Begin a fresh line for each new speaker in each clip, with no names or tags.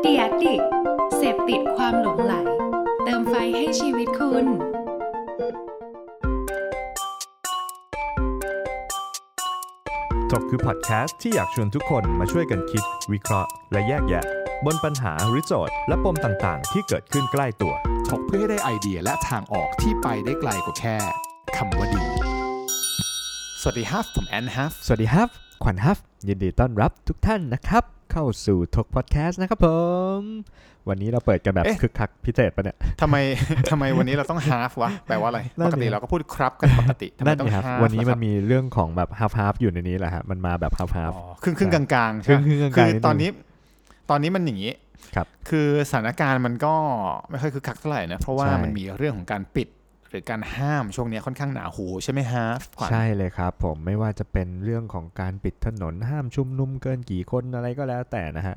เดียดดิกต์เสพติดความหลงไหล เติมไฟให้ชีวิตคุณ
ถกคือพอดแคสต์ที่อยากชวนทุกคนมาช่วยกันคิด วิเคราะห์ และแยกแยะ บนปัญหาหรือโจทย์ และปมต่างๆ ที่เกิดขึ้นใกล้ตัว
ถกเพื่อให้ได้ไอเดียและทางออกที่ไปได้ไกลกว่าแค่คำว่าดี สวัสดีครับผมแอนฮัฟ
สวัสดีครับ ขวัญครับ ยินดีต้อนรับทุกท่านนะครับ เข้าสู่ทกพอดแคสต์นะครับผม วันนี้เราเปิดกันแบบคึกคักพิเศษปะเนี่ย
ทำไม ทำไมวันนี้เราต้องฮาฟวะ แปลว่าอะไร
นั่
ป
นดิ
กติเราก็พูดครับกันปกติทำไม
นั่น
ต้อง
นี่ครับ
ฮาฟ
วันนี้มัน
ล่ะ
มีเรื่องของแบบฮาร์ฟฮาร์ฟอยู่ในนี้แหละฮะมันมาแบบฮาร์ฟ
ค
ฮา
รั
ร์
บ
ฟ
อ๋อครึ่งครึ่งกลางกลางๆ
ครึ่
ใช่
ง
ไหม
ครึ่งกลางๆ
คือ
นิดนึง
ตอนนี้ ตอนนี้มันอย่างนี้
ครับ
คือสถานการณ์มันก็ไม่ค่อยคึกคักเท่าไหร่นะ เพราะว่า
ใช่
มันมีเรื่องของการปิด หรือการห้ามช่วงเนี้ยค่อนข้างหนาหูใช่ไหมฮาฟขวัญ
ใช่เลยครับผมไม่ว่าจะเป็นเรื่องของการปิดถนนห้ามชุมนุมเกินกี่คนอะไรก็แล้วแต่นะฮะ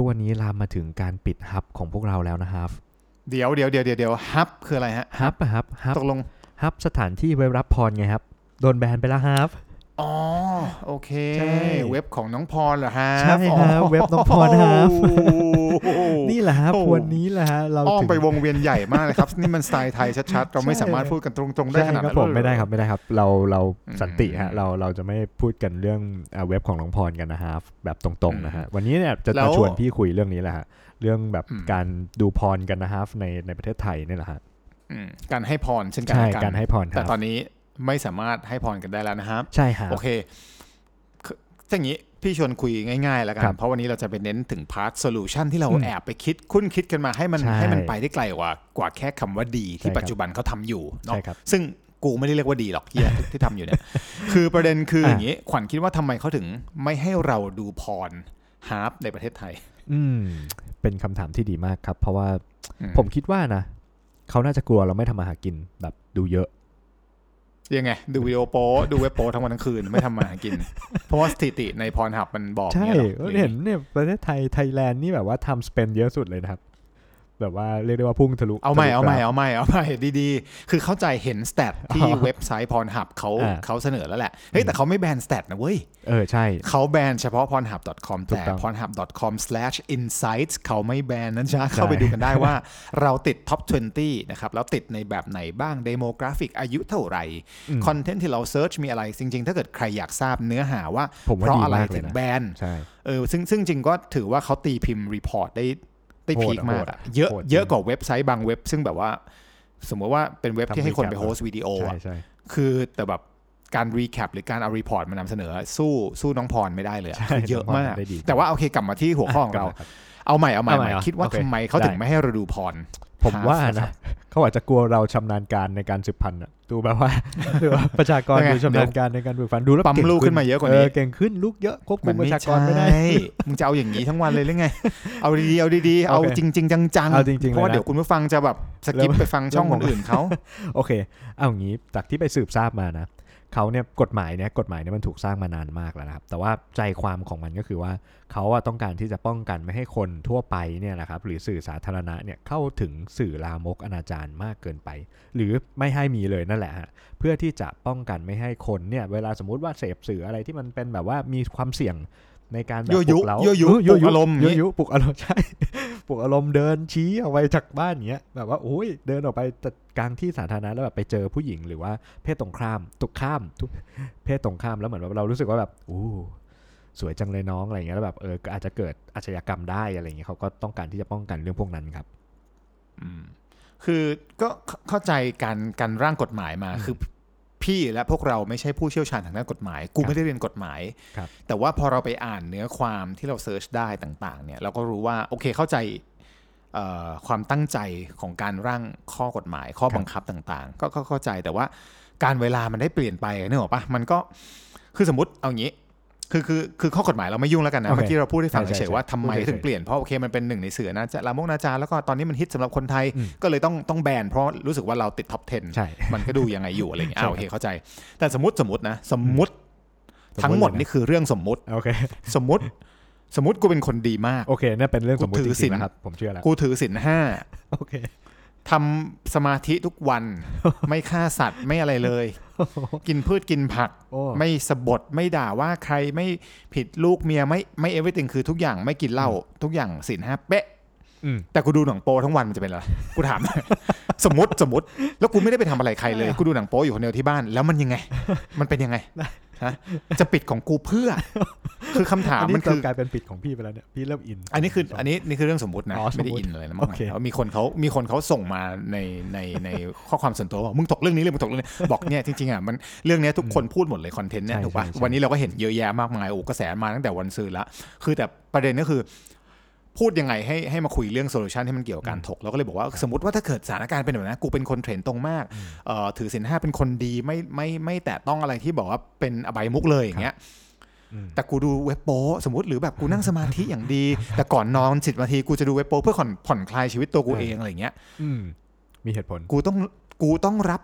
ตัวนนี้ลามมาถึงการปิดฮับของพวกเราแล้วนะครับ
เดี๋ยวเดี๋ยวเดี๋ยวเดี๋ยวเดี๋ยวฮับคืออะไรฮะ
ฮับอะครับฮับ
ตกลง
ฮับสถานที่ไว้รับพรไงครับโดนแบนไปแล้วฮับ
อ๋อโอเค
ใช่
เว็บของน้องพรเหรอฮะ
ใช่ครับเว็บน้องพรครับ นี่
นี่
แหละครับ
โอ้
วันนี้แหละฮะเรา
อ้อม
ถึง
ไปวงเวียนใหญ่มากเลยครับ นี่มันสไตล์ไทยชัดๆ เราไม่
ใช่
สามารถพูดกันตรงๆได้
ใช่
ข
ครั
นาด
บ
นั้น
ผม
เลย
ไม่ได้ครับไม่ได้ครับ เราเรา
อืม
สันติฮะเราเราจะไม่พูดกันเรื่องอ่าเว็บของน้องพรกันนะฮะแบบตรงๆนะฮะวันนี้เนี่ยจะ
แล้
มาว ชวนพี่คุยเรื่องนี้แหละฮะเรื่องแบบ
อืม
การดูพรกันนะฮะในในประเทศไทยเนี่ยแหละฮะ
อืมการให้พรเช่นกัน
ใช่
ละ
การให้พรค
แต่
รับ
ตอนนี้ไม่สามารถให้พรกันได้แล้วนะครับ
ใช่ครับ
โอเคคืออย่างนี้พี่ชวนคุยง่ายๆ แล้วกัน
ครับ
เพราะวันนี้เราจะไปเน้นถึงพาร์ทโซลูชันที่เรา
อืม
แอบไปคิดคุ้นคิดกันมาให้มัน
ใช่
ให้มันไปได้ไกลกว่ากว่าแค่คำว่าดี
ใช่ค
ที่
รับ
ปัจจุบันเขาทำอยู่เนาะ
ใช่ครับ
ซึ่งกูไม่ได้เรียกว่าดีหรอกเหีย ที่ทำอยู่เนี่ย คือประเด็นคืออะ อย่างนี้ขวัญคิดว่าทำไมเขาถึงไม่ให้เราดูพรฮาร์ปในประเทศไทย
อืมเป็นคำถามที่ดีมากครับ เพราะว่า
อื
ผมคิดว่านะเขาน่าจะกลัวเราไม่ทำมาหากินแบบดูเยอะ
ยังไง ดูวิดีโอโป้ดูเว็บโป้ทั้งวันทั้งคืนไม่ทำมาหากิน เพราะว่าสถิติในพรหับมันบอก
ใช่
เนี่ยหรอ
ก็เห็นเนี่ยประเทศไทยไทยแลนด์นี่แบบว่าทำสเปนเยอะสุดเลยนะครับ แบบว่าเรียกได้ว่าพุ่งทะลุ
เอาใหม่
ทะลุ
เอาให
กร
ม่
ฟ
เอาใหม่เอาใหม่ดีๆ คือเข้าใจเห็นสเตทที่
อ๋อ
เว็บไซต์พรหับเขา
อ่า
เขาเสนอแล้วแหละ เฮ้ย แต่เขาไม่แบนสเตทนะเว้ย
เออใช่
เขาแบนเฉพาะ pornhub.com
ถูก
แต่
ต้อง
pornhub.com/insights เขาไม่แบนนะจ๊ะ เข้าไปดูกันได้ว่า เราติด top 20 นะครับ แล้วติดในแบบไหนบ้าง d e m o g r a p h i c อายุเท่าไหร่
อืม
คอนเทนต์ที่เราเซิร์ชมีอะไร จริง ๆ ถ้าเกิดใครอยากทราบเนื้อหาว่า
ผมว่า
เพราะ
ดี
อะไร
มากเลยนะ
ถึงแบน
ใช่
เออซึ่งซึ่งจริงก็ถือว่าเขาตีพิมพ์รีพอร์ตได้ได้
โหดอะ
พีคมาก
โหด
อะ
อะ
เยอะ
โหดจริง
เยอะกว่าเว็บไซต์บางเว็บ ซึ่งแบบว่า สมมติว่าเป็นเว็บ
ทำ
ที่ให้คนไป
recap
โฮสต์วิดีโอ
ใช่
อะ
ใช่
คือแต่แบบการรีแคปหรือการเอารีพอร์ตมานำเสนอ สู้สู้น้องพรไม่ได้เลยอะคือเยอะมาก
ได้ดี
แต่ว่าโอเคกลับมาที่หัวข้อของเรา
กลับมคบ
เอาใหม่เอาใหม่
เอาใหม่เห
ใหม่
รอ
คิดว่า
โอเค
ทำไมเขา
ได้
ถึงไม่ให้เราดูพร
ผมว่า
หาสั
นะ
ตว์
เขาอาจจะกลัวเราชำนาญการในการสืบพันธุ์อะดูแบบ ว่า ดูว่าประชากร
ยังไง
ดูชำนาญการในการสืบพันธุ์ดูแล้ว
ปั๊ม
เง
ลูกขึ้นมาเยอะกว่านี้
เก่งขึ้นลูกเยอะควบคุมประชากร
ใช่
ไม่ ได้
มึงจะเอาอย่างนี้ทั้งวันเลยหรือไง เอาดีๆเอาดีๆเอา
โอเค
จริง ๆ จัง
เอาจริงๆ
เพราะว่า
เลยนะ
เดี๋ยวคุณผู้ฟังจะแบบสกิป
เริ่ม
ไปฟังช่อง
เริ่
ค
ม
น
งง
อื่นเขา
โอเค เอาอย่างนี้จากที่ไปสืบทราบมานะเขาเนี่ยกฎหมายเนี่ยกฎหมายเนี่ยมันถูกสร้างมานานมากแล้วนะครับ แต่ว่าใจความของมันก็คือว่าเขาอะต้องการที่จะป้องกันไม่ให้คนทั่วไปเนี่ยนะครับ หรือสื่อสาธารณะเนี่ยเข้าถึงสื่อลามกอนาจารมากเกินไป หรือไม่ให้มีเลยนั่นแหละฮะเพื่อที่จะป้องกันไม่ให้คนเนี่ย เวลาสมมติว่าเสพสื่ออะไรที่มันเป็นแบบว่ามีความเสี่ยงในการแบบ
ยั่วยุ
ปลุกเรา
ยั่วยุ
เ
ปลุกอารมณ์
ยั่วยุปลุกอารมณ์ใช่ ปลุกอารมณ์เดินชี้ออกไปจากบ้านเงี้ยแบบว่าโอ้ยเดินออกไปแต่กลางที่สาธารณะแล้วแบบไปเจอผู้หญิงหรือว่าเพศตรงข้ามตุกข้ามทุกเพศตรงข้ามแล้วเหมือนแบบเรารู้สึกว่าแบบอู้สวยจังเลยน้องอะไรเงี้ยแล้วแบบเออก็อาจจะเกิดอาชญากรรมได้อะไรเงี้ยเขาก็ต้องการที่จะป้องกันเรื่องพวกนั้นครับ
อืมคือก็เข้าใจการการร่างกฎหมายมาคือพี่และพวกเราไม่ใช่ผู้เชี่ยวชาญทางด้านกฎหมาย กู
ครับ
ไม่ได้เรียนกฎหมาย
ครับ
แต่ว่าพอเราไปอ่านเนื้อความที่เราเซิร์ชได้ต่างๆเนี่ยเราก็รู้ว่าโอเคเข้าใจเอ่อความตั้งใจของการร่างข้อกฎหมาย ข้อบังคับต่างๆ ก็ก็เข้าใจแต่ว่าการเวลามันได้เปลี่ยนไปเนกอะปะมันก็คือสมมติเอางี้ คือคือคือข้อกฎหมายเราไม่ยุ่งแล้วกันนะ
โอเค
เมื่อกี้เราพูดให้ฟัง
ใช่ใช่
เฉยๆว่าทำไม
พูดเฉยๆ
ถึงเปลี่ยนเพราะโอเคมันเป็นหนึ่งในเสือนะจะลามกอนาจารแล้วก็ตอนนี้มันฮิตสำหรับคนไทย
อืม
ก็เลยต้องต้องแบนเพราะรู้สึกว่าเราติดท็อป 10
ใช่
มันก็ดูยังไงอยู่อะไรอย่างเงี้ย
ใช่
อ่าโอเคเข้าใจ แต่สมมติสมมตินะสมมติ
อืม
ทั้งหม
ส
ด
มมุติเลยนะ
นี่คือเรื่องสมมติ
โอเค
สมมติ สมมติกูเป็นคนดีมาก
โอเคเนี่ยเป็นเรื่องสมมติจ
กูถือ
ริงๆ
ศีล
นะครับผมเชื่อแล้ว
กูถือศีลห้า
โอเค
ทำสมาธิทุก วัน ไม่ฆ่าสัตว์ไม่อะไรเลย กินพืชกินผัก
โอ้
ไม่สบดไม่ด่าว่าใครไม่ผิดลูกเมียไม่ไม่เอเวอร์ติงคือทุกอย่างไม่กินเหล้าทุกอย่างสินห้าเป๊ะ
อืม
แต่กูดูหนังโป๊ทั้งวันมันจะเป็นอะไร กูถาม สมมติสมมติ แล้วกูไม่ได้ไปทำอะไรใครเลย กูดูหนังโป๊อยู่คนเดียวที่บ้าน แล้วมันยังไง มันเป็นยังไงฮะจะปิดของกูเพื่อ คือคำถาม
อันนี้
มันคือ
เริ่กลายเป็นปิดของพี่ไปแล้วเนี่ยพี่เริ่มอิน
อันนี้คืออันนี้นี่คือเรื่องสมมตินะ
อ๋อ
ไม่ได้
สมมุติ
อินอะไรนะมาก
โอ
มาย
เค
แล้วมีคนเขามีคนเขาส่งมาในในในข้อความส่วนตัวบอกมึงถกเรื่องนี้เลยมึงถกเรื่องนี้บอกเนี่ยจริงๆอ่ะมันเรื่องเนี้ยทุกคนพูดหมดเลยคอนเทนต์เนี่ย
ใช่
ถูกป่ะ
ใช่ใช่
วันนี้เราก็เห็นเยอะแยะมากมายโอ้กระแสมาตั้งแต่วันซื้อละคือแต่ประเด็นก็คือ พูดยังไงให้ให้มาคุยเรื่องโซลูชันที่มันเกี่ยวกับการถกเราก็เลยบอกว่าสมมติว่าถ้าเกิดสถานการณ์เป็นแบบนั้นกูเป็นคนเทรนตรงมากเอ่อถือศีลห้าเป็นคนดีไม่ไม่ไม่แตะต้องอะไรที่บอกว่าเป็นอบายมุกเลยอย่างเงี้ย
อืม
แต่กูดูเว็บโป้สมมติหรือแบบกูนั่งสมาธิอย่างดี แต่ก่อนนอนสิบนาทีกูจะดูเว็บโป้เพื่อผ่อนผ่อนคลายชีวิตตัวกู
เออ
เองอะไรอย่างเงี้ย
อืมมีเหตุผล
กูต้องกูต้องรับ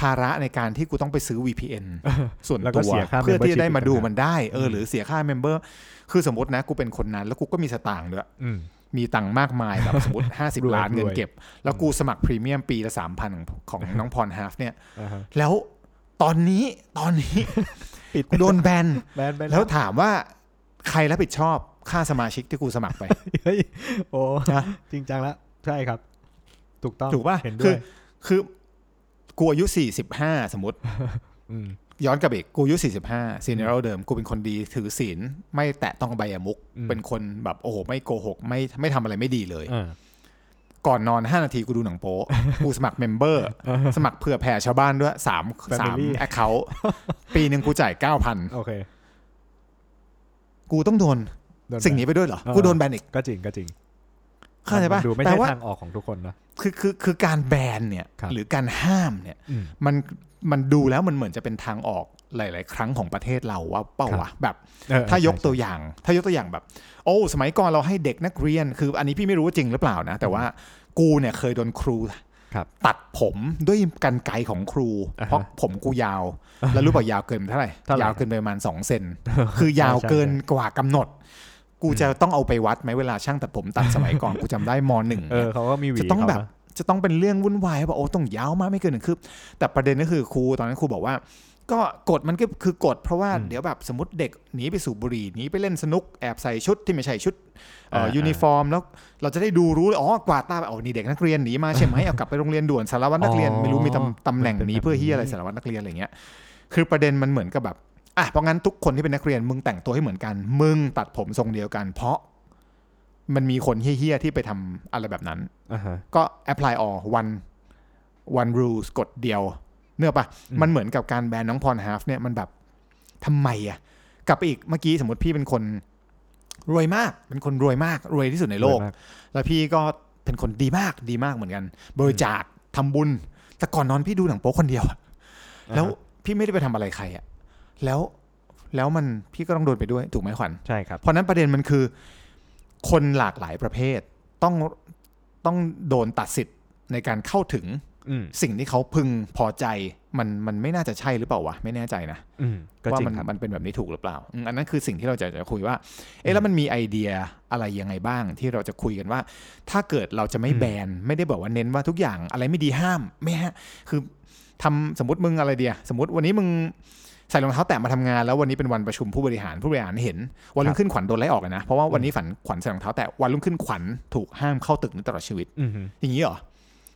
ภาระในการที่กูต้องไปซื้อ VPN ส่วน
แล้วก็
ตัว
เสียค่า
เพื่อที่
membership
จะได้มาดู
อีกต่างหาก
มันได้เออหรือเสียค่าเมมเบอร์คือสมมตินะกูเป็นคนนั้น แล้วกูก็มีสตางค์ด้วย
อืม
มีตังค์มากมายแบบสมมติ
รวย
50 ล้านเงิ
ร
น
วย
เก็บ แล้วกูสมัครพรีเมียมปีละ3,000ของของน้องพรฮาฟเนี่ย
อ่าฮะ
แล้วตอนนี้ตอนนี้
ปิด
กูโดนแบน
แบนไป
แล้
แล้ว ว
ถามว่าใครรับผิดชอบค่าสมาชิกที่กูสมัครไป
เฮ้ยโอ้
นะ
จริงจังละใช่ครับ ถูกต้อง
ถูกป่ะ
เห็นด้ว
คือย คือกูอายุสี่สิบห้าสมมติ
อืม
ย้อนกลับไปอีกกูอายุสี่สิบห้าซีเนอร์เดิม กูเป็นคนดีถือศีลไม่แตะต้องใบายมุก เป็นคนแบบโอ้โหไม่โกหก ไม่ไม่ทำอะไรไม่ดีเลย
อ่า
ก่อนนอน 5 นาทีกูดูหนังโป๊ะ กูสมัครเมมเบอร์ สมัครเผื่อแผ่ชาวบ้านด้วยสามสามแอคเคาท์ปีหนึ่งกูจ่ายเก้าพัน
โอเค
กูต้องโดน
โดแบ
สิ่งนี้ไปด้วยเหรอ
เออ
กูโดนแบนอีก
ก็จริงก็จริง
เข้าใจป่ะ
มันดูไม่
แต่
ใช่
ว่า
ทางออกของทุกคนนะ
คือคือคือการแบนเนี่ย
ครับ
หรือการห้ามเนี่ย
อืม
มันมันดูแล้วมันเหมือนจะเป็นทางออกหลาย ๆ ครั้งของประเทศเราว่าเป้า
ครับ
วะแบบ
เออ
ถ้ายก
ใช่
ตัวอย่าง ถ้ายกตัวอย่างแบบ โอ้สมัยก่อนเราให้เด็กนักเรียน คืออันนี้พี่ไม่รู้ว่าจริงหรือเปล่านะ แต่ว่ากูเนี่ยเคยโดนครู
ครับ
ตัดผมด้วยกันไกรของครู
อ่าฮะ
เพราะผมกูยาว แล้วรู้เปล่ายาวเกินเท่าไหร่
เท่าไหร่
ยาวเกินไปประมาณสอง เซน คือยาว
ใช่ใช่
เกินกว่ากำหนด กูจะต้องเอาไปวัดไหมเวลาช่างตัดผมตัดสมัยก่อนกูจำได้มหนึ่ง
เอ
นี่ย
อเขาก็มีหวี
จะต้อง
เขา
แบบ
นะ
จะต้องเป็นเรื่องวุ่นวายว่าโอ้ต้องยาวมากไม่เกินหนึ่งคืบแต่ประเด็นก็คือครูตอนนั้นครูบอกว่า ก็กฎมันก็คือกฎเพราะว่า
อืม
เดี๋ยวแบบสมมติเด็กหนีไปสูบบุหรี่หนีไปเล่นสนุกแอบใส่ชุดที่ไม่ใช่ชุดเอ่อ
อ่า
ยูนิฟอร์ม แล้วเราจะได้ดูรู้เลยอ๋อกวาดตาไปอ๋อนี่เด็กนักเรียนหนีมาใช่ไหมเอากลับไปโรงเรียนด่วนสารวัตรนักเรียน
อ๋อ
ไม่รู้มีตำตำแหน่ง
มันเป็น
หนี้เพื่อเฮียอะไร
แบบนี้
สารวัตรนักเรียนอะไรเงี้ยคือประเด็นมันเหมือนกับแบบอ่ะเพราะงั้นทุกคนที่เป็นนักเรียนมึงแต่งตัวให้เหมือนกัน มึงตัดผมทรงเดียวกัน เพราะมันมีคนเฮี้ยๆที่ไปทำอะไรแบบนั้น
อ่าฮะ
ก็ apply all one one rules กฎเดียวเนื้ออกปะ
อืม
มันเหมือนกับการแบนน้องพรฮาฟเนี่ยมันแบบทำไมอะกลับไปอีกเมื่อกี้สมมติพี่เป็นคนรวยมาก เป็นคนรวยมาก รวยที่สุดในโลก
สวยมาก
แล้วพี่ก็เป็นคนดีมากดีมากเหมือนกัน บริจาคทำบุญ แต่ก่อนนอนพี่ดูหนังโป๊คนเดียวอะ
อ่าฮะ
แล้วพี่ไม่ได้ไปทำอะไรใครอะแล้วแล้วมันพี่ก็ต้องโดนไปด้วยถูกไหมขวัญ
ใช่ครับ
เพราะฉะนั้นประเด็นมันคือ คนหลากหลายประเภทต้องต้องโดนตัดสิทธิ์ในการเข้าถึง
อืม
สิ่งที่เขาพึงพอใจมันมันไม่น่าจะใช่หรือเปล่าวะไม่แน่ใจนะ
อืมก็
ว่า
จริง
มัน
ครับ
มันเป็นแบบนี้ถูกหรือเปล่าอืมอันนั้นคือสิ่งที่เราจะจะคุยว่า เอ๊ะแล้วมันมีไอเดียอะไรยังไงบ้างที่เราจะคุยกันว่า ถ้าเกิดเราจะไม่
อืม
แบนไม่ได้บอกว่าเน้นว่าทุกอย่างอะไรไม่ดีห้ามไม่ฮะคือทำสมมติมึงอะไรเดียสมมติวันนี้มึงใส่รองเท้าแตะมาทำงาน แล้ววันนี้เป็นวันประชุมผู้บริหารผู้บริหารเห็น วันรุ่งขึ้นขวัญโดนไล่ออกอะนะเพราะว่าวันนี้ฝันขวัญใส่รองเท้าแตะวันรุ่งขึ้นขวัญถูกห้ามเข้าตึกนี้ตลอดชีวิต
อืม
อย่างนี้เหรอ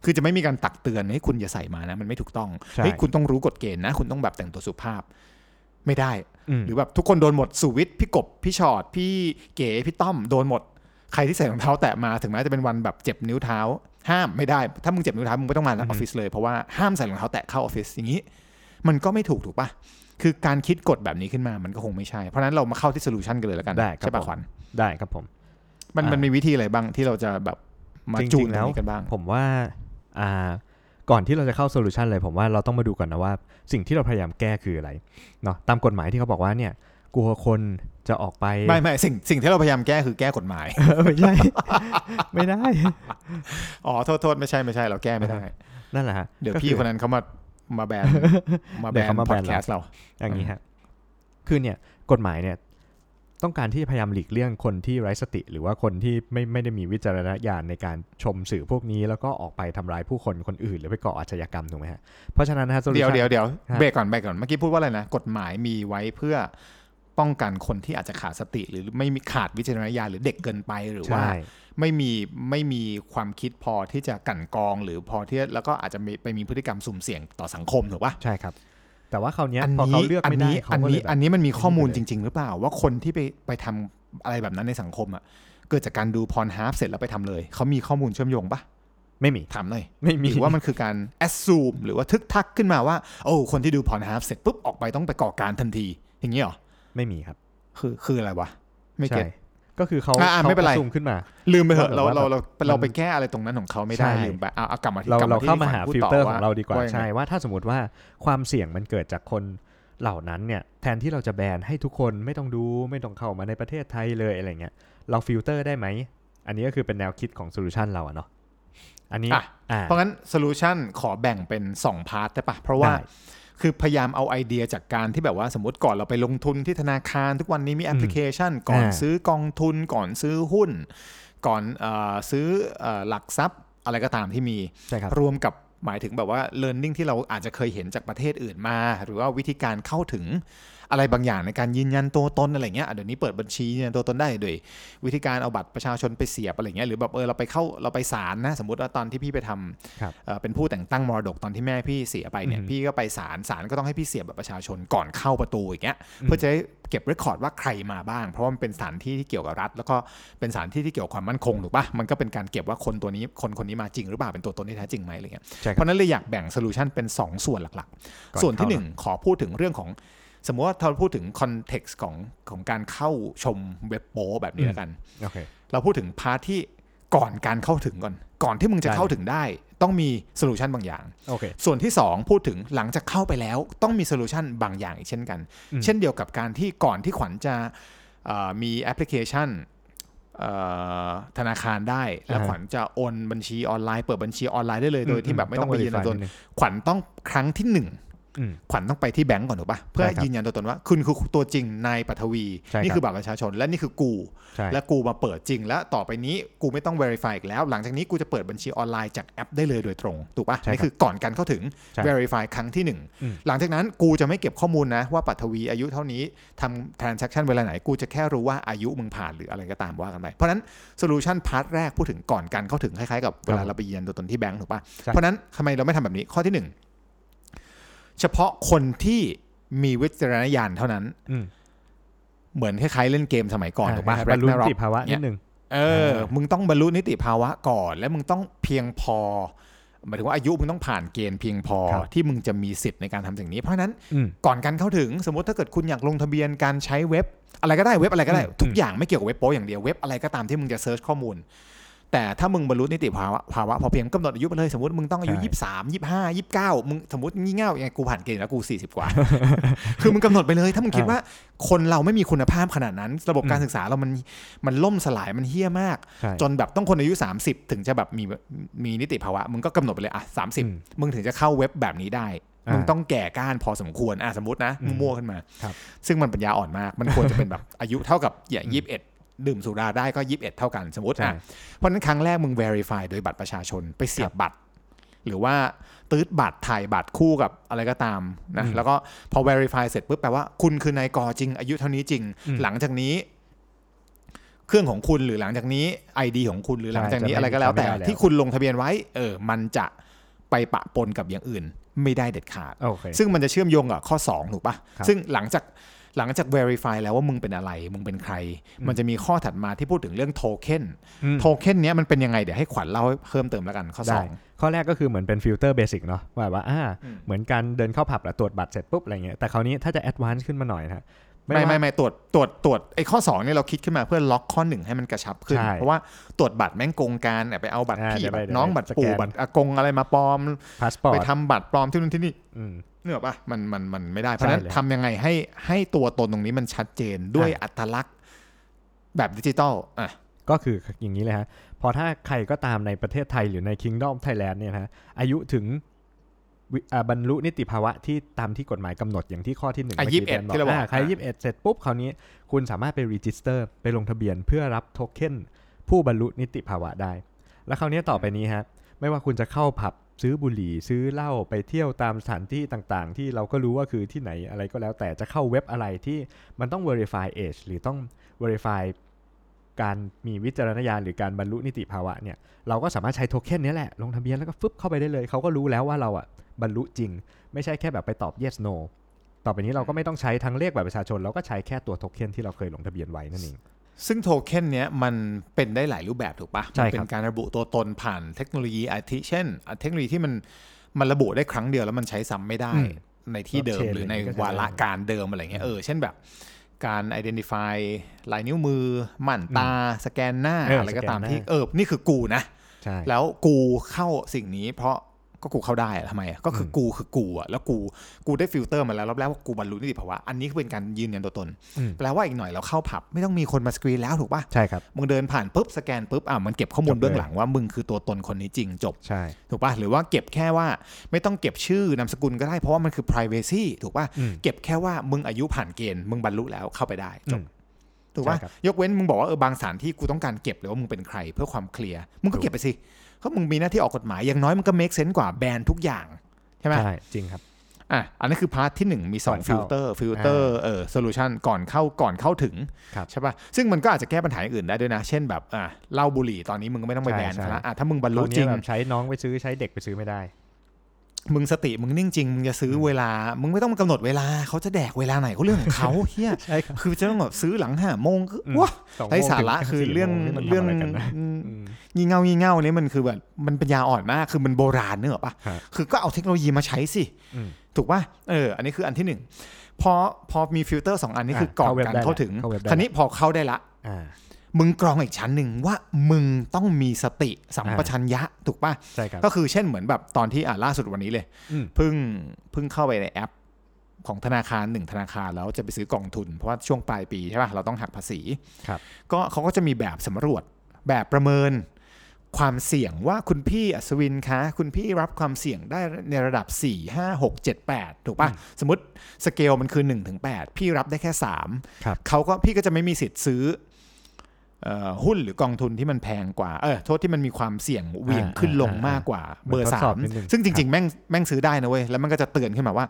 คือจะไม่มีการตักเตือนให้ยคุณอย่าใส่มานะ มันไม่ถูกต้อง
ใช่
เฮ้ยคุณต้องรู้กฎเกณฑ์นะ คุณต้องแบบแต่งตัวสุภาพ ไม่ได้
อืม
หรือแบบทุกคนโดนหมดสุวิทย์พี่กบ พี่ชอด พี่เก๋พี่ต้อมโดนหมด ใครที่ใส่รองเท้าแตะมาถึงแม้จะเป็นวันแบบเจ็บนิ้วเท้า ห้ามไม่ได้ ถ้ามึงเจ็บนิ้วเท้ามึงไม่ต้องมาออฟฟิศเลยเพราะว่าห้ามใส่รองเท้าแตะเข้าออฟฟิศอย่างนี้ มันก็ไม่ถูกถูกปะคือการคิดกฎแบบนี้ขึ้นมามันก็คงไม่ใช่เพราะฉะนั้นเรามาเข้าที่โซลูชันกันเลยแล้วกัน
ได้ครับ
ใช่
ผ
ปะ
ม
ขวัญ
ได้ครับผม
มัน
อ่ามั
มันมีวิธีอะไรบ้างที่เราจะแบบมา
จริงๆ
จูนตร
แล้
ง
ว
นี้กันบ้าง
ผมว่าอ่าก่อนที่เราจะเข้าโซลูชันเลยผมว่าเราต้องมาดูก่อนนะว่า สิ่งที่เราพยายามแก้คืออะไรเนาะตามกฎหมายที่เขาบอกว่าเนี่ยกลัวคนจะออกไป
ไม่ไม่สิ่งสิ่งที่เราพยายามแก้คือแก้กฎหมาย
ไม่ใช่ ไม่ได้
อ๋อโทษโทษไม่ใช่ไม่ใช่เราแก้ไม่ได้
นั่นแหละฮะ
เดี๋ยว
ก็
พี่
อ
คนนั้นเขามามาแบน มาแบ
เดี๋ยวน เขามา
พ
แบ
อน ด
เรา
แคสต์เรา
อย่างนี้ฮะ คือเนี่ยกฎหมายเนี่ย ต้องการที่พยายามหลีกเลี่ยงคนที่ไร้สติ หรือว่าคนที่ไม่ไม่ได้มีวิจารณญาณในการชมสื่อพวกนี้ แล้วก็ออกไปทำร้ายผู้คนคนอื่น หรือไปก่ออาชญากรรมถูกไหมฮะเพราะฉะนั้นนะฮะ
เดี๋ยว
solution
เดี๋ยวเดี๋ยว
ฮะ
เบรกก่อนเบรกก่อนเมื่อกี้พูดว่าอะไรนะกฎหมายมีไว้เพื่อป้องกันคนที่อาจจะขาดสติ หรือไม่มีขาดวิจารณญาณหรือเด็กเกินไปหรือว่า
ใช่
ไม่มีไม่มีความคิดพอที่จะกลั่นกรองหรือพอที่แล้วก็อาจจะมีไปมีพฤติกรรมสุ่มเสี่ยงต่อสังคมถูกปะ
ใช่ครับ แต่ว่าคราวเนี้ย
อั
พอ
นี้
เขาเลือก
อั
ไม่ได้
นี้
เขา
อัน
ก็เล
นี้
ยแบบ
อันนี้มันมีข้อมูล
ไม่
จ
ได้เลย
ริง ๆ หรือเปล่า ว่าคนที่ไปไปทำอะไรแบบนั้นในสังคมอ่ะเกิดจากการดูพรฮาร์ฟเสร็จแล้วไปทำเลยเขามีข้อมูลเชื่อมโยงปะ
ไม่มี
ถามหน่อย
ไม่มี
หรือว่ามันคือการ assume หรือว่าทึกทักขึ้นมาว่าโอ้คนที่ดูพรฮาร์ฟเสร็จปุ๊บออกไปต้องไปก่อการทันที อย่างนี้เหรอ
ไม่มีครับ
คือคืออะไรวะไม่เก็
ใช่
ต
ก็คือเขา
อ่ะอ่ะ
ขา
ไม่เป็นไร
ขาซูมขึ้นมา
ลืมไปเถอะ
ว่าแบบว่า
เราเรา
แบบ
เราเรา
น
ไปแก้อะไรตรงนั้นของเขาไม่ได้
ใช่
ลืมไปเอาเอากลับมาที่
เรา
กลับ
เรา
มาที่
เข้ามาหาฟิล
ที่ขวัญพูต่
เตอร์ของเราดีกว่า
ยังไง
ใช่ว่าถ้าสมมติว่าความเสี่ยงมันเกิดจากคนเหล่านั้นเนี่ยแทนที่เราจะแบนให้ทุกคนไม่ต้องดูไม่ต้องเข้ามาในประเทศไทยเลยอะไรเงี้ยเราฟิลเตอร์ได้ไหม อันนี้ก็คือเป็นแนวคิดของโซลูชันเราอะเนาะอันนี้
อ่ะ
อ่า
เพราะงั้นโซลูชันขอแบ่งเป็น 2 พาร์ทได้ปะเพราะว่า
ได้
คือพยายามเอาไอเดียจากการที่แบบว่าสมมติก่อนเราไปลงทุนที่ธนาคาร ทุกวันนี้มีแอปพลิเคชัน ก่อน
อ่า
ซื้อกองทุน ก่อนซื้อหุ้น ก่อนเออซื้อเออหลักทรัพย์อะไรก็ตามที่มี
ใช่ครับ
รวมกับหมายถึงแบบว่า learning ที่เราอาจจะเคยเห็นจากประเทศอื่นมา หรือว่าวิธีการเข้าถึงอะไรบางอย่างในการยืนยันตัวตนอะไรเงี้ยอ่ะเดี๋ยวนี้เปิดบัญชียืนยันตัวตนได้ด้วยวิธีการเอาบัตรประชาชนไปเสียบอะไรเงี้ยหรือแบบเออเราไปเข้าเราไปศาลนะ สมมติว่าตอนที่พี่ไปท
ครับ
ำเอ่อเป็นผู้แต่งตั้งมรดกตอนที่แม่พี่เสียไปเนี่ย
อือฮึ
พี่ก็ไปศาลศาลก็ต้องให้พี่เสียบบัตรประชาชนก่อนเข้าประตูอย่างเงี้ยเพื่อจะได้เก็บเรคคอร์ดว่าใครมาบ้าง เพราะว่ามันเป็นสถานที่ที่เกี่ยวกับรัฐ แล้วก็เป็นสถานที่ที่เกี่ยวกับความมั่นคงถูกปะมันก็เป็นการเก็บว่าคนตัวนี้คนคนนี้มาจริงหรือเปล่าเป็นตัวตนที่แท้จริงไหมอะไรเงี้ย
ใช่
เพ
ครับ
ราะฉะนั้นเลยอยากแบ่งโซลูชันเป็น 2 ส่วนหลัก
ก่อน
ๆ ส่วนที่
เข้า
1 ขอพูดถึงเรื่องของ สมมติว่าเราพูดถึงคอนเท็กซ์ของของการเข้าชมเว็บโป้แบบนี้แล้วกัน
โอเค
เราพูดถึงพาร์ทที่ก่อนการเข้าถึงก่อน ก่อนที่มึงจะ
ได้
เข้าถึงได้ ต้องมีโซลูชันบางอย่าง
โอเค
ส่วนที่ 2 พูดถึงหลังจากเข้าไปแล้วต้องมีโซลูชันบางอย่างอีกเช่นกัน
อืม
เช่นเดียวกับการที่ก่อนที่ขวัญจะเอ่อมีแอปพลิเคชันเอ่อธนาคารได้ แล้วขวัญจะโอนบัญชีออนไลน์เปิดบัญชีออนไลน์ได้เลยโดยที่แบบไม่ต้องไปยืนยันตัวตน
verify ดง
ขวัญต้องครั้งที่หนึ่ง
อืม
ขวัญต้องไปที่แบงก์ก่อนถูกปะเพื่อ
ใช่ครับ
ยืนยันตัวตนว่า คุณคือตัวจริงนายปัทวี
ใช่ครับ
นี่คือบัตรประชาชน และนี่คือกู
ใช่
และกูมาเปิดจริง แล้วต่อไปนี้กูไม่ต้อง verify อีกแล้ว หลังจากนี้กูจะเปิดบัญชีออนไลน์จากแอปได้เลยโดยตรงถูกปะนี่คือก่อนการเข้าถึง
ใช่
verify ครั้งที่หนึ่ง
อืม
หลังจากนั้นกูจะไม่เก็บข้อมูลนะว่าปัทวีอายุเท่านี้ทำ transaction เวลาไหนกูจะแค่รู้ว่าอายุมึงผ่านหรืออะไรก็ตามว่ากันไปเพราะฉะนั้น solution part แรกพูดถึงก่อนการเข้าถึงคล้ายๆกับเวลาเราไปยืนยันตัวตนที่แบงก์ถูกปะ
ใช่
เพราะฉะนั้นทำไมเราไม่ทำแบบนี้ข้อที่หนึ่งเฉพาะคนที่มีวิจารณญาณเท่านั้น
อืม
เหมือนคล้ายๆเล่นเกมสมัยก่อนถูกปะ
บรรลุนิ
Ragnarok
ติภาวะนิดนึง
เออ
อ่ามึ
มึงต้องบรรลุนิติภาวะก่อน และมึงต้องเพียงพอ หมายถึงว่าอายุมึงต้องผ่านเกณฑ์เพียงพอ
ครับ
ที่มึงจะมีสิทธิ์ในการทำสิ่งนี้ เพราะฉะนั้น
อืม
ก่อนการเข้าถึงสมมติถ้าเกิดคุณอยากลงทะเบียนการใช้เว็บ อะไรก็ได้เว็บอะไรก็ได้
อืม
ทุกอย่างไม่เกี่ยวกับเว็บโป๊อย่างเดียวเว็บอะไรก็ตามที่มึงจะเซิร์ชข้อมูล แต่ถ้ามึงบรรลุนิติภาวะภาวะพอเพียงกำหนดอายุไปเลยสมมติมึงต้องอายุ
ใช่
ยี่สิบสามยี่สิบห้ายี่สิบเก้ามึงสมมติงี่เง่ายังไงกูผ่านเกณฑ์แล้วกูสี่สิบ กว่า คือมึงกำหนดไปเลย ถ้ามึงคิดว่าคนเราไม่มีคุณภาพขนาดนั้น ระบบการศึกษาเรามันมันล่มสลายมันเฮี้ยมาก
ใช่
จนแบบต้องคนอายุ 30 ถึงจะแบบมีมีนิติภาวะ มึงก็กำหนดไปเลยอ่ะสามสิบ
อืม
มึงถึงจะเข้าเว็บแบบนี้ได้
อ่ามึ
มึงต้องแก่ก้านพอสมควรอ่ะสมมตินะ
อืม
มั่วๆขึ้นมา
ครับ
ซึ่งมันปัญญาอ่อนมาก มันควรจะเป็นแบบ อายุเท่ากับอย่างยี่สิบเอ็ดดื่มสุราได้ก็ยี่สิบเอ็ดเท่ากันสมมติ
ใช่
อ่ะเพราะฉะนั้นครั้งแรกมึง verify โดยบัตรประชาชนไปเสียบบัตร หรือว่าตืดบัตรถ่ายบัตรคู่กับอะไรก็ตามนะแล้วก็พอ verify เสร็จปุ๊บแปลว่าคุณคือนายกอจริง อายุเท่านี้จริง หลังจากนี้ เครื่องของคุณหรือหลังจากนี้ ID ของคุณหรือหลังจากนี้
ใช่จะไม่
อะไรก็แล้ว แต่
จะไม่ได้แล้ว
ที่คุณลงทะเบียนไว้ เออ มันจะไปปะปนกับอย่างอื่น ไม่ได้เด็ดขาด
โอเค
ซึ่งมันจะเชื่อมโยงกับข้อ 2 ถูกปะ
ครับ
ซึ่งหลังจากหลังจาก verify แล้วว่ามึงเป็นอะไร มึงเป็นใคร มันจะมีข้อถัดมาที่พูดถึงเรื่องโทเค็น
อืม
โทเค็นเนี้ยมันเป็นยังไงเดี๋ยวให้ขวัญเล่าเพิ่มเติมแล้วกันข้อ
ได้
2
ข้อแรกก็คือเหมือนเป็นฟิลเตอร์เบสิกเนาะว่าแบบว่าอ่า
อืม
เหมือนการเดินเข้าผับแล้วตรวจบัตรเสร็จปุ๊บอะไรเงี้ยแต่คราวนี้ถ้าจะแอดวานซ์ขึ้นมาหน่อยนะฮะ
ไม่
ว่า
ไม่ไม่ตรวจตรวจตรวจไอ้ข้อ2เนี่ยเราคิดขึ้นมาเพื่อล็อกข้อหนึ่งให้มันกระชับขึ้น
ใช่
เพราะว่าตรวจบัตรแม่งโกงการเนี่ยไปเอาบัตร
อ่า
พี่
เดี๋ยวไป
บัตร
เดี๋ยว
น้อง
ไป
บัตร
สแกน
ปู่บัตรอากงอะไรมาปลอม
พาสปอร์
ไป
ต
ทำบัตรปลอมที่นู่นที่นี่
อืม
เนื้ออกปะมันมันมันไม่ได้ เพ
ใช่
ราะฉะนั้น
เลย
ทำยังไงให้ให้ตัวตนตรงนี้มันชัดเจนด้วยอัตลักษณ์แบบดิจิตอลอ่ะ
ก็คืออย่างนี้เลยฮะ พอถ้าใครก็ตามในประเทศไทยหรือใน Kingdom Thailand เนี่ยนะฮะอายุถึง วิอ่าบรรลุนิติภาวะที่ตามที่กฎหมายกำหนดอย่างที่ข้อที่หนึ่ง
อ่ะ
มื่กี้
21
แน
ที่เราบอก
ใคร
อ่ะ
ยี่สิบเอ็ดเสร็จปุ๊บคราวนี้คุณสามารถไปรีจิสเตอร์ไปลงทะเบียนเพื่อรับโทเค็นผู้บรรลุนิติภาวะได้ แล้วคราวนี้ต่อไปนี้ฮะไม่ว่าคุณจะเข้าผับซื้อบุหรี่ซื้อเหล้าไปเที่ยวตามสถานที่ต่างๆ ที่เราก็รู้ว่าคือที่ไหนอะไรก็แล้ว แต่จะเข้าเว็บอะไรที่มันต้อง verify age หรือต้อง verify การมีวิจารณญาณหรือการบรรลุนิติภาวะเนี่ยเราก็สามารถใช้โทเค็นนี้แหละ ลงทะเบียนแล้วก็ฟึบเข้าไปได้เลยเขาก็รู้แล้วว่าเราอ่ะบรรลุจริง ไม่ใช่แค่แบบไปตอบ yes no ต่อไปนี้เราก็ไม่ต้องใช้ทั้งเลขบัตรประชาชนเราก็ใช้แค่ตัวโทเค็นที่เราเคยลงทะเบียนไว้นั่นเอง
ซึ่งโทเค็นเนี้ยมันเป็นได้หลายรูปแบบถูกปะ
ใช่ครับ
มัเป็นการระบุตัวตนผ่านเทคโนโลยีอาทิเช่นอ่ะเทคโนโลยีที่มันมันระบุได้ครั้งเดียวแล้วมันใช้ซ้ำไม่ได้ ในที่เดิม
Blockchain
หรือใน
อะไรอย่างเงี้ยก็ใช้
วาระ
ได้
การเดิมอะไรเงี้ยเออเช่นแบบการ identify ลายนิ้วมือหมั่นตา สแกนหน้า
เอออ
อะไรก็ตา
ส
ม
แกนหน้า
ที่เออนี่คือกูนะ
ใช่
แล้วกูเข้าสิ่งนี้เพราะก็กูเข้าได้อะทำไมอะก็คืออ
ม
กูคือกูอะแล้วกูกูได้ฟิลเตอร์มาแล้วรอบแรกว่ากูบรรลุนิติภาวะอันนี้คือเป็นการยืนยันตัวตน
อืม
แปลว่าอีกหน่อยเราเข้าผับไม่ต้องมีคนมาสกรีนแล้วถูกปะ
ใช่ครับ
มึงเดินผ่านปุ๊บสแกนปุ๊บอ่ะมันเก็บข้อมูล
จบเลย
เบื้องหลังว่ามึงคือตัวตนคนนี้จริงจบ
ใช่
ถูกปะหรือว่าเก็บแค่ว่าไม่ต้องเก็บชื่อนามสกุลก็ได้เพราะว่ามันคือ p r i เวซีถูกปะ
อืม
เก็บแค่ว่ามึงอายุผ่านเกณฑ์มึงบรรลุแล้วเข้าไปได้จบ
อืม
ถูกป่ะ
ใช่ครับ
ยกเว้นมึงบอกว่าเออบางสถานที่กูต้องการเก็บเลยว่ามึงเป็นใครเพื่อความเคลียร์มึงก็
ถูก
เก็บไปสิเพราะมึงมีหน้าที่ออกกฎหมายอย่างน้อยมันก็ make sense กว่าแบนทุกอย่างใช่ไหม
ใช่จริงครับ
อ่ะอันนั้นคือพาร์ทที่ 1 มี
ก่อน
2
เข้า
ฟิลเตอร์ฟิลเตอร์เอ่อโซลูชันก่อนเข้าก่อนเข้าถึง
ครับ
ใช่ป่ะซึ่งมันก็อาจจะแก้ปัญหาอย่างอื่นได้ด้วยนะ เช่นแบบอ่ะเหล้าบุหรี่ตอนนี้มึงก็ไม่ต้องไปแบนซะละอ่ะถ้ามึงบรรลุ
คาว
จริ
นี้
ง
แบบใช้น้องไปซื้อใช้เด็กไปซื้อไม่ได้
มึงสติมึงนิ่งจริงมึงจะซื้อเวลา มึงไม่ต้องมากำหนดเวลาเขาจะแดกเวลาไหนเขาเรื่องของ เขาเฮีย
ใช่ครับ
คือจะต้องแบบซื้อหลังห้าโมงก็
อืม
ว้า
สองโมง
ไร้
ถึ
สาระ
ง
คือ
สี่โม
เรื่อง
นี่มัน
เรื่อง
ทำะไกันนะ
อืม
อืม
งี่เง่างี่เง่านี่มันคือแบบมันปัญญาอ่อนมากคือมันโบราณเนอะปะ
ฮะ
คือก็เอาเทคโนโลยีมาใช้สิ
อืม
ถูกป่ะเออ อันนี้คืออันที่หนึ่งพอพอมีฟิลเตอร์สองอันนี้
อ่ะ
คือก่อน
เข้าเว็บ
การ
ได้
เข้าถึง
เข้าเว็บได้
คราวนี้พอเข้าได้ละ
อ่า
มึงกรองอีกชั้นหนึ่งว่ามึงต้องมีสติสัมปชัญญะถูกป่ะ
ใช่ครับ
ก็คือเช่นเหมือนแบบตอนที่อ่าล่าสุดวันนี้เลย
อืม
เพิ่งเพิ่งเข้าไปในแอป ของธนาคารหนึ่งธนาคารแล้วจะไปซื้อกองทุน เพราะว่าช่วงปลายปีใช่ป่ะเราต้องหักภาษี
ครับ
ก็เขาก็จะมีแบบสำรวจแบบประเมินความเสี่ยงว่าคุณพี่อัศวินคะคุณพี่รับความเสี่ยงได้ในระดับ 4 5 6 7 8 ถูกปะสมมติสเกลมันคือ1ถึง8พี่รับได้แค่
ครับ
3 เขาก็พี่ก็จะไม่มีสิทธิ์ซื้อเอ่อหุ้นหรือกองทุนที่มันแพงกว่าเออโทษที่มันมีความเสี่ยงเหวี่ยงขึ้นลงมากกว่าเบอร์
เหมือนทดสอบนิดนึง
3ซึ่งจ
ครั
ริ
บ
ง ๆ แม่งแม่งซื้อได้นะเว้ยแล้วมันก็จะเตือนขึ้นมาว่า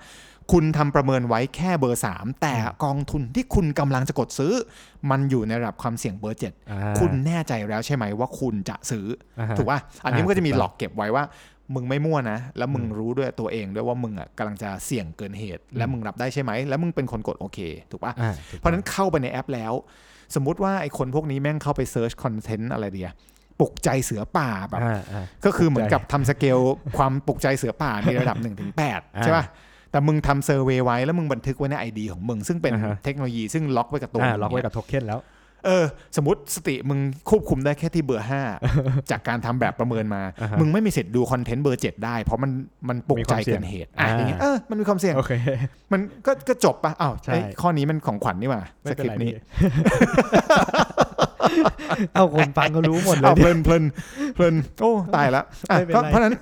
คุณทำประเมินไว้แค่เบอร์ 3 แต่กองทุนที่คุณกำลังจะกดซื้อ มันอยู่ในระดับความเสี่ยงเบอร์ 7
อ่า
คุณแน่ใจแล้วใช่ไหมว่าคุณจะซื้ออา
ฮะ
ถูกป่ะอันนี้
อ่ามั
มันก็จะมี
ถูกต้อง
หลอกเก็บไว้ว่า มึงไม่มั่วนะ แล้วมึง
อืม
รู้ด้วยตัวเองด้วยว่ามึงอ่ะกำลังจะเสี่ยงเกินเหตุ และ
อืม
มึงรับได้ใช่ไหมแล้วมึงเป็นคนกดโอเคถูกป่ะ
อ่าถูกต้อง
เพราะฉะนั้นเข้าไปในแอปแล้ว สมมุติว่าไอ้คนพวกนี้แม่งเข้าไปเซิร์ชคอนเทนต์อะไรเดียปลุกใจเสือป่าแบบ
อ่าอ่า
ก็คือเหมือนกับทำสเกล ความปลุกใจเสือป่ามีระดับ1นถึงแใช่ป่ะแต่มึงทำเซอร์เวย์ไว้แล้วมึงบันทึกไว้ใน ID ของมึง ซึ่งเป็น
อ่าฮะ
เทคโนโลยีซึ่งล็อกไว้กับตัว
อ่า
มึง
ล็อกไว้กับโทเค็นแล้ว
เออสมมติสติมึงควบคุมได้แค่ที่เบอร์ 5 จากการทำแบบประเมินมา
อ่าฮะ
มึงไม่มีสิทธิ์ดูคอนเทนต์เบอร์ 7 ได้ เพราะมันมันปลุกใจเกินเหตุ
มีความ
อ่ะ
เสี่ยง
อย่างเงี้ย
อ่า
เออมันมีความเสี่ยง
โอเค
มันก็ก็จบป่ะอ้าว
ใช่
เอ้ยข้อนี้มันของขวัญนี่หว่า
ไม่
ส
เป็น
คริป
ไร
ต์
นี่
นี้
เอาคนฟังก็รู้หมดเล
เอา
ย
เพลินเพลินเพลินโอ้ตายแล้วอ่ะ
ไม่เป็น
ก็
ไร
เพราะฉะนั้น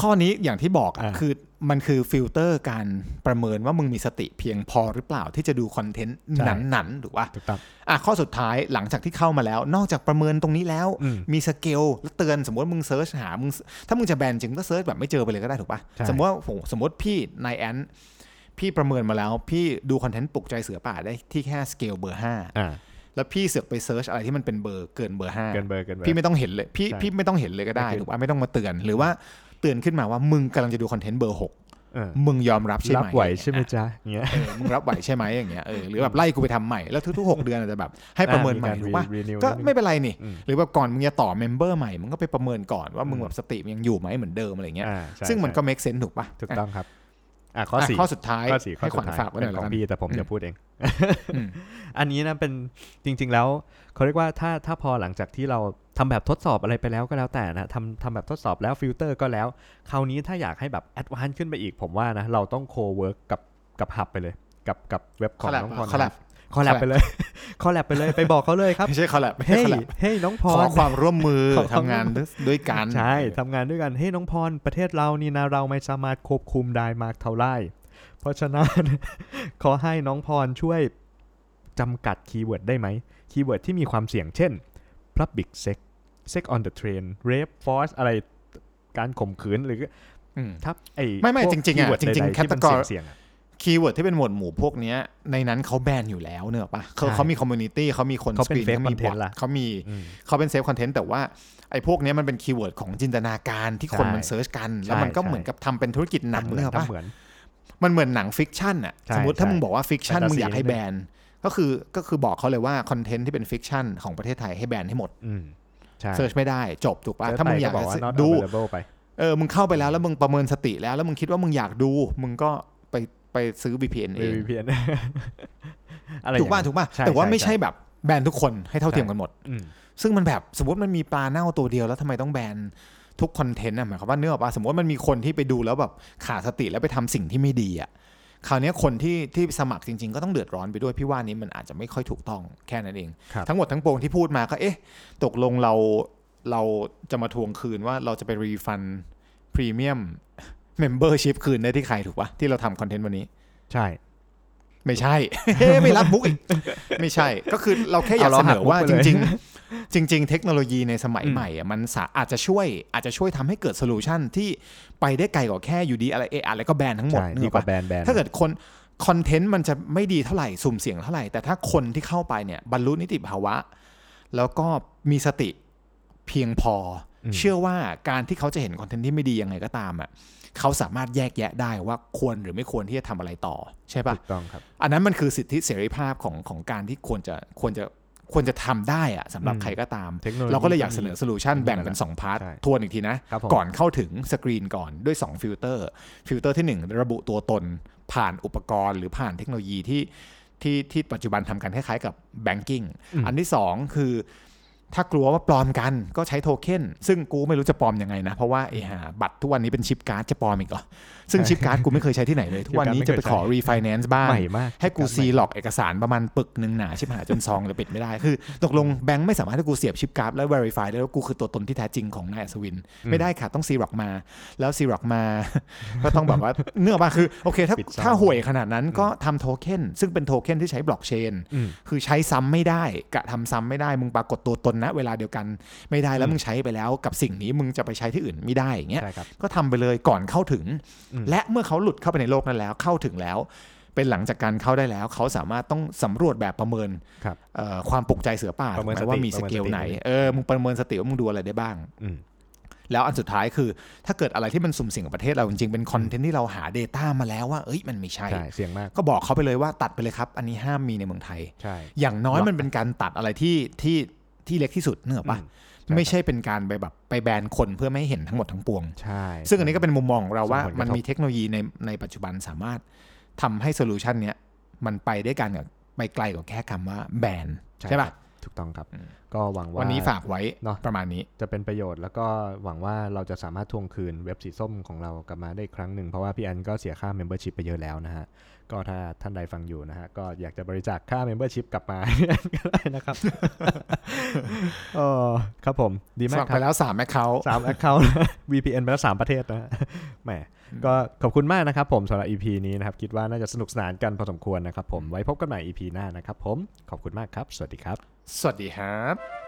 ข้อนี้อย่างที่บอกอ่ะ
อ่า
คือมันคือฟิลเตอร์การประเมินว่ามึงมีสติเพียงพอหรือเปล่าที่จะดูคอนเทนต์นั้นๆถูกป่ะ
ถูกต้อง
อ่ะข้อสุดท้ายหลังจากที่เข้ามาแล้ว นอกจากประเมินตรงนี้แล้ว
อืม
มีสเกลแล้วเตือนสมมติว่ามึงเซิร์ชหามึงถ้ามึงจะแบนจริงก็เซิร์ชแบบไม่เจอไปเลยก็ได้ถูกป่ะ
ใช่
สมมติว่าโหสมมติพี่นายแอนพี่ประเมินมาแล้ว พี่ดูคอนเทนต์ปลุกใจเสือป่าได้ที่แค่สเกลเบอร์ห้า
อ่า
แล้วพี่เสือกไปเซิร์ชอะไรที่มันเป็นเบอร์เกินเบอร์ห้า
เกินเบอร์เกินเบอร์
พี่ไม่ต้องเห็นเลยพี่
ใช่
พี่ไม่ต้องเห็นเลยก็ได้
ไม่ขึ้น
ถูกป่ะไม่ต้องมาเตือนหรือว่าเตือนขึ้นมาว่ามึงกำลังจะดูคอนเทนต์เบอร์หก
เออ
มึงยอมรับใช่ไหม
รับไหวใช่ไหมจ๊ะเงี้ย
เออมึงรับไหวใช่ไหมอย่างเงี้ยเออหรือแบบไล่กูไปทำใหม่แล้วทุกๆหกเดือนอาจจะแบบให้ประเมินใหม่
อ่า
ถูกป่ะ
การ renew
ก็
นิดนึง
ไม่เป็นไรนี่
อืม
หรือแบบก่อนมึงจะต่อเมมเบอร์ใหม่มึงก็ไปประเมินก่อนว่ามึง
อืม
แบบสติมึงยังอยู่ไหมเหมือนเดิมอะไรเงี้ย
อ่าใช่
ซึ่งมันก็
ใช่
make sense ถูกป่ะ
ถูกต้องครับ อ่าข้อสี่
ะข้อสุดท้าย
ข้อสี่ข้อ
ให้
สุ
ขวั
ด
ญ
ท้าย
ฝากไว้ห
เป็
น่อย
น
แล้
ข
ว
อง
กัน
พี่แต่ผมจะพูดเอง
อืม
อันนี้นะเป็นจริง ๆ แล้วเขาเรียกว่าถ้าถ้าพอหลังจากที่เราทำแบบทดสอบอะไรไปแล้วก็แล้วแต่นะทำทำแบบทดสอบแล้วฟิลเตอร์ก็แล้ว คราวนี้ถ้าอยากให้แบบแอดวานซ์ขึ้นไปอีกผมว่านะ เราต้องโคเวิร์กกับกับหับไปเลย กับกับเว็บของ
Collab
น้อง
อ่ะ
พร
Collab
คอลแลบไปเลย คอลแลบไปเลยไปบอกเขาเลยครับ
ไม่ใช่คอลแลบไม่ ใช่
เฮ้ย
คอลแลบ
เฮ้ยน้องพ
ขอ
ร
ความร่วมมือ
ขอความ
ทำงานด้วยกัน
ใช่ทำงานด้วยกันเฮ้ยน้องพรประเทศเรานี่นะเราไม่สามารถควบคุมได้มากเท่าไหร่เพราะฉะนั้น ขอให้น้องพรช่วยจำกัดคีย์เวิร์ดได้ไหมคีย์เวิร์ดที่มีความเสี่ยงเช่น public sex sex on the train rape force อะไรการข่มขืนหรือ
อืม
ทับไอ้
ไม่ไม่
พวก
จริงๆอะ
keyword
จริงๆ
ใดๆที่มัน
category
เสี่ยงๆอะ
คีย์เวิร์ดที่เป็นหมวดหมู่พวกเนี้ยในนั้นเขาแบนอยู่แล้วเนอะปะเขา
ใช่
เขามีคอมมูนิตี้เขามีคน
เขาเป็น
สกรี
fake
มี
content
ท
ล่ะ
เขามี
อืม
เขาเป็นเซฟคอนเทนต์แต่ว่าไอ้พวกเนี้ยมันเป็นคีย์เวิร์ดของจินตนาการที่คน
ใช่
มันเซิร์ชกัน
ใช่
แล้วมันก็
ใช่
เหมือนกับทำเป็นธุรกิจหนังเนอะ
ทำ
ปะ
เหมือน
มันเหมือนหนังฟิกชันอะ
ใช่
สมมติถ้า
ใช่
มึงบอกว่าฟิกชัน
Fantasy
มึงอยากให้
นิดนึง
แบนก็คือก็คือบอกเขาเลยว่าคอนเทนต์ที่เป็นฟิกชันของประเทศไทยให้แบนให้หมด
อืมใช่
เซิร์ชไม่ได้จบถูกปะ
เซิร์ช
ถ้ามึงอยาก
ไปบอก
จะ
ว่า not
ดู
available ไป
เออ มึงเข้าไปแล้วแล้วมึงประเมินสติแล้ว แล้วมึงคิดว่ามึงอยากดู มึงก็ไปไปซื้อ VPN เอง
VPN อะไร
ถูก
อ
ป่ะ
ย่งนั้น
ถูกป่ะ
ใช่
แต่ว่า
ใช่
ไม่ใช่
ใช่
แบบแบนทุกคนให้เท่าเทียมกันหมด
อืม
ซึ่งมันแบบสมมติมันมีปลาเน่าตัวเดียวแล้วทำไมต้องแบนทุกคอนเทนต์อ่ะหมายความว่าเนื้อออกป่ะสมมติมันมีคนที่ไปดูแล้วแบบขาดสติแล้วไปทำสิ่งที่ไม่ดีอ่ะคราวเนี้ยคนที่ที่สมัครจริง ๆ ก็ต้องเดือดร้อนไปด้วยพี่ว่านี้มันอาจจะไม่ค่อยถูกต้องแค่นั้นเอง
ครับ
ทั้งหมดทั้งปวงที่พูดมาก็เอ๊ะ ตกลงเราเราจะมาทวงคืนว่าเราจะไปรีฟันพรีเมียม เมมเบอร์ชิพคืนได้ที่ใครถูกปะที่เราทำคอนเทนต์วันนี้
ใช่
ไม่ใช่ ไม่รับบุ๊กอีก ไม่ใช่ ก็คือเราแค่อยาก
เอาเรา
เสนอว่า
หักมุกไป
จ
เลย
ริง ๆ จริง ๆ เทคโนโลยีในสมัย
อืม
ใหม่อะมันสาอาจจะช่วยอาจจะช่วยทำให้เกิดโซลูชันที่ไปได้ไกลกว่าแค่อยู่ดีอะไรเออะไรก็แบนทั้งหมด
ใช่
นึ
ดี
ก
ก
ออ
ว่าก แบ
ปะ
นแบน
ถ้าเกิดคนคอนเทนต์มันจะไม่ดีเท่าไหร่สุ่มเสี่ยงเท่าไหร่ แต่ถ้าคนที่เข้าไปเนี่ยบรรลุนิติภาวะ แล้วก็มีสติเพียงพออ
ม
เชื่อว่าการที่เขาจะเห็นคอนเทนต์ที่ไม่ดียังไงก็ตามอ่ะเขาสามารถแยกแยะได้ว่าควรหรือไม่ควรที่จะทำอะไรต่อใช่ปะ
ถูกต้องครับ
อันนั้นมันคือสิทธิเสรีภาพของของการที่ควรจะควรจะควรจะทำได้อะสำหรับ
อืม
ใครก็ตาม
เทคโนโลยี
เราก็เลยอยากเสนอโซลูชันแบ่งเป็น 2 พาร์ท
ใช่
ทวนอีกทีนะ
ครับผม
ก่อนเข้าถึงสกรีนก่อนด้วย 2 ฟิลเตอร์ ฟิลเตอร์ที่ 1 ระบุตัวตนผ่านอุปกรณ์ หรือผ่านเทคโนโลยีที่ที่ที่ปัจจุบันทำกันคล้ายๆกับแบงกิ้งอันที่ 2 คือ ถ้ากลัวว่าปลอมกันก็ใช้โทเค็นซึ่งกูไม่รู้จะปลอมยังไงนะ เพราะว่าไอ้หาบัตรทุกวันนี้เป็นชิปการ์ดจะปลอมอีกเหรอซึ่งชิปการ์ดกูไม่เคยใช้ที่ไหนเลยทุกวันนี้จะไปขอรีไฟแนนซ์บ้าง
ใหม่มาก
ให้กูซีหลอกเอกสารประมาณปึกหนึ่งหนาชิบหายจนซองจะปิดไม่ได้ คือตกลงแบงค์ไม่สามารถให้กูเสียบชิปการ์ดแล้ว verify ได้ว่ากูคือตัวตนที่แท้จริงของนายอัศวิน ไม่ได้ค่ะต้องซีหลอกมา แล้วซีหลอกมา ก็ต้องแบบว่าเนื้อป่ะคือโอเค ถ้า
ปิดซอง
ถ้าห่วยขนาดนั้นก็ทำโทเค็นซึ่งเป็นโทเค็นที่ใช้บล็อกเชน
อืม
คือใช้ซ้ำไม่ได้กะทำซ้ำไม่ได้ มึงปรากฏตัวตนนะเวลาเดียวกันไม่ได้แล้ว
อืม
มึงใช้ไปแล้วกับสิ่งนี้มึงจะไปใช้ที่อื่นไม่ได้อย่างเงี้ย
ใช่ครับ
ก็ทำไปเลยก่อนเข้าถึง
อืม
และเมื่อเขาหลุดเข้าไปในโลกนั้นแล้วเข้าถึงแล้ว เป็นหลังจากการเข้าได้แล้ว เขาสามารถต้องสำรวจแบบประเมิน
ครับ
เอ่อความปลุกใจเสือป่า
ประเมิน
ถูก
สติ
ไหว่ามี
ประ
ส
เมิน
เกล
สติ
ไหนเออมึงประเมินสติว่ามึงดูอะไรได้บ้าง
อืม
แล้วอันสุดท้ายคือ ถ้าเกิดอะไรที่มันสุ่มเสี่ยงกับประเทศเราจริงๆเป็นคอนเทนต์ที่เราหา Data มาแล้วว่าเอ้ยมันไม่ใช่
ใช่ เสี่ยงมาก
ก็บอกเขาไปเลยว่าตัดไปเลยครับ อันนี้ห้ามมีในเมืองไทย
ใช่
อย่างน้อย
ล็อก
มันเป็นการตัดอะไรที่ที่ที่เล็กที่สุดเนอะปะ
อืมใช่
ไม่ใช่เป็นการไปแบบไปแบนคนเพื่อไม่ให้เห็นทั้งหมดทั้งปวง
ใช่
ซึ่งอันนี้ก็เป็นมุมมองของเราว่า
ส่งผลกระทบ
มันมีเทคโนโลยีในในปัจจุบันสามารถทำให้โซลูชันเนี้ยมันไปได้กันกับไปไกลกว่าแค่คำว่าแบนใช่ป่ะ
ครับถูกต้องครับ
อืม
ก็หวังว่า
วันนี้ฝากไว้
เนอะ
ประมาณนี้
จะเป็นประโยชน์แล้วก็หวังว่าเราจะสามารถทวงคืนเว็บสีส้มของเรากลับมาได้อีกครั้งหนึ่ง เพราะว่าพี่อันก็เสียค่า membership ไปเยอะแล้วนะฮะ ก็ถ้าท่านใดฟังอยู่นะฮะ ก็อยากจะบริจาคค่า membership กลับมา ก็ได้นะครับ เออครับผมดีมา
ฝาก ก
ค
ไป
รับ
แล้วสามแอคเคา
สามแอค เคาท์ VPN ไปแล้วสามประเทศนะ แหม ก็ขอบคุณมากนะครับผมสำหรับ EP นี้นะครับ คิดว่าน่าจะสนุกสนานกันพอสมควรนะครับผม ไว้พบกันใหม่ EP หน้านะครับผม ขอบคุณมากครับ สวัสดีครับ
สวัสดีครับ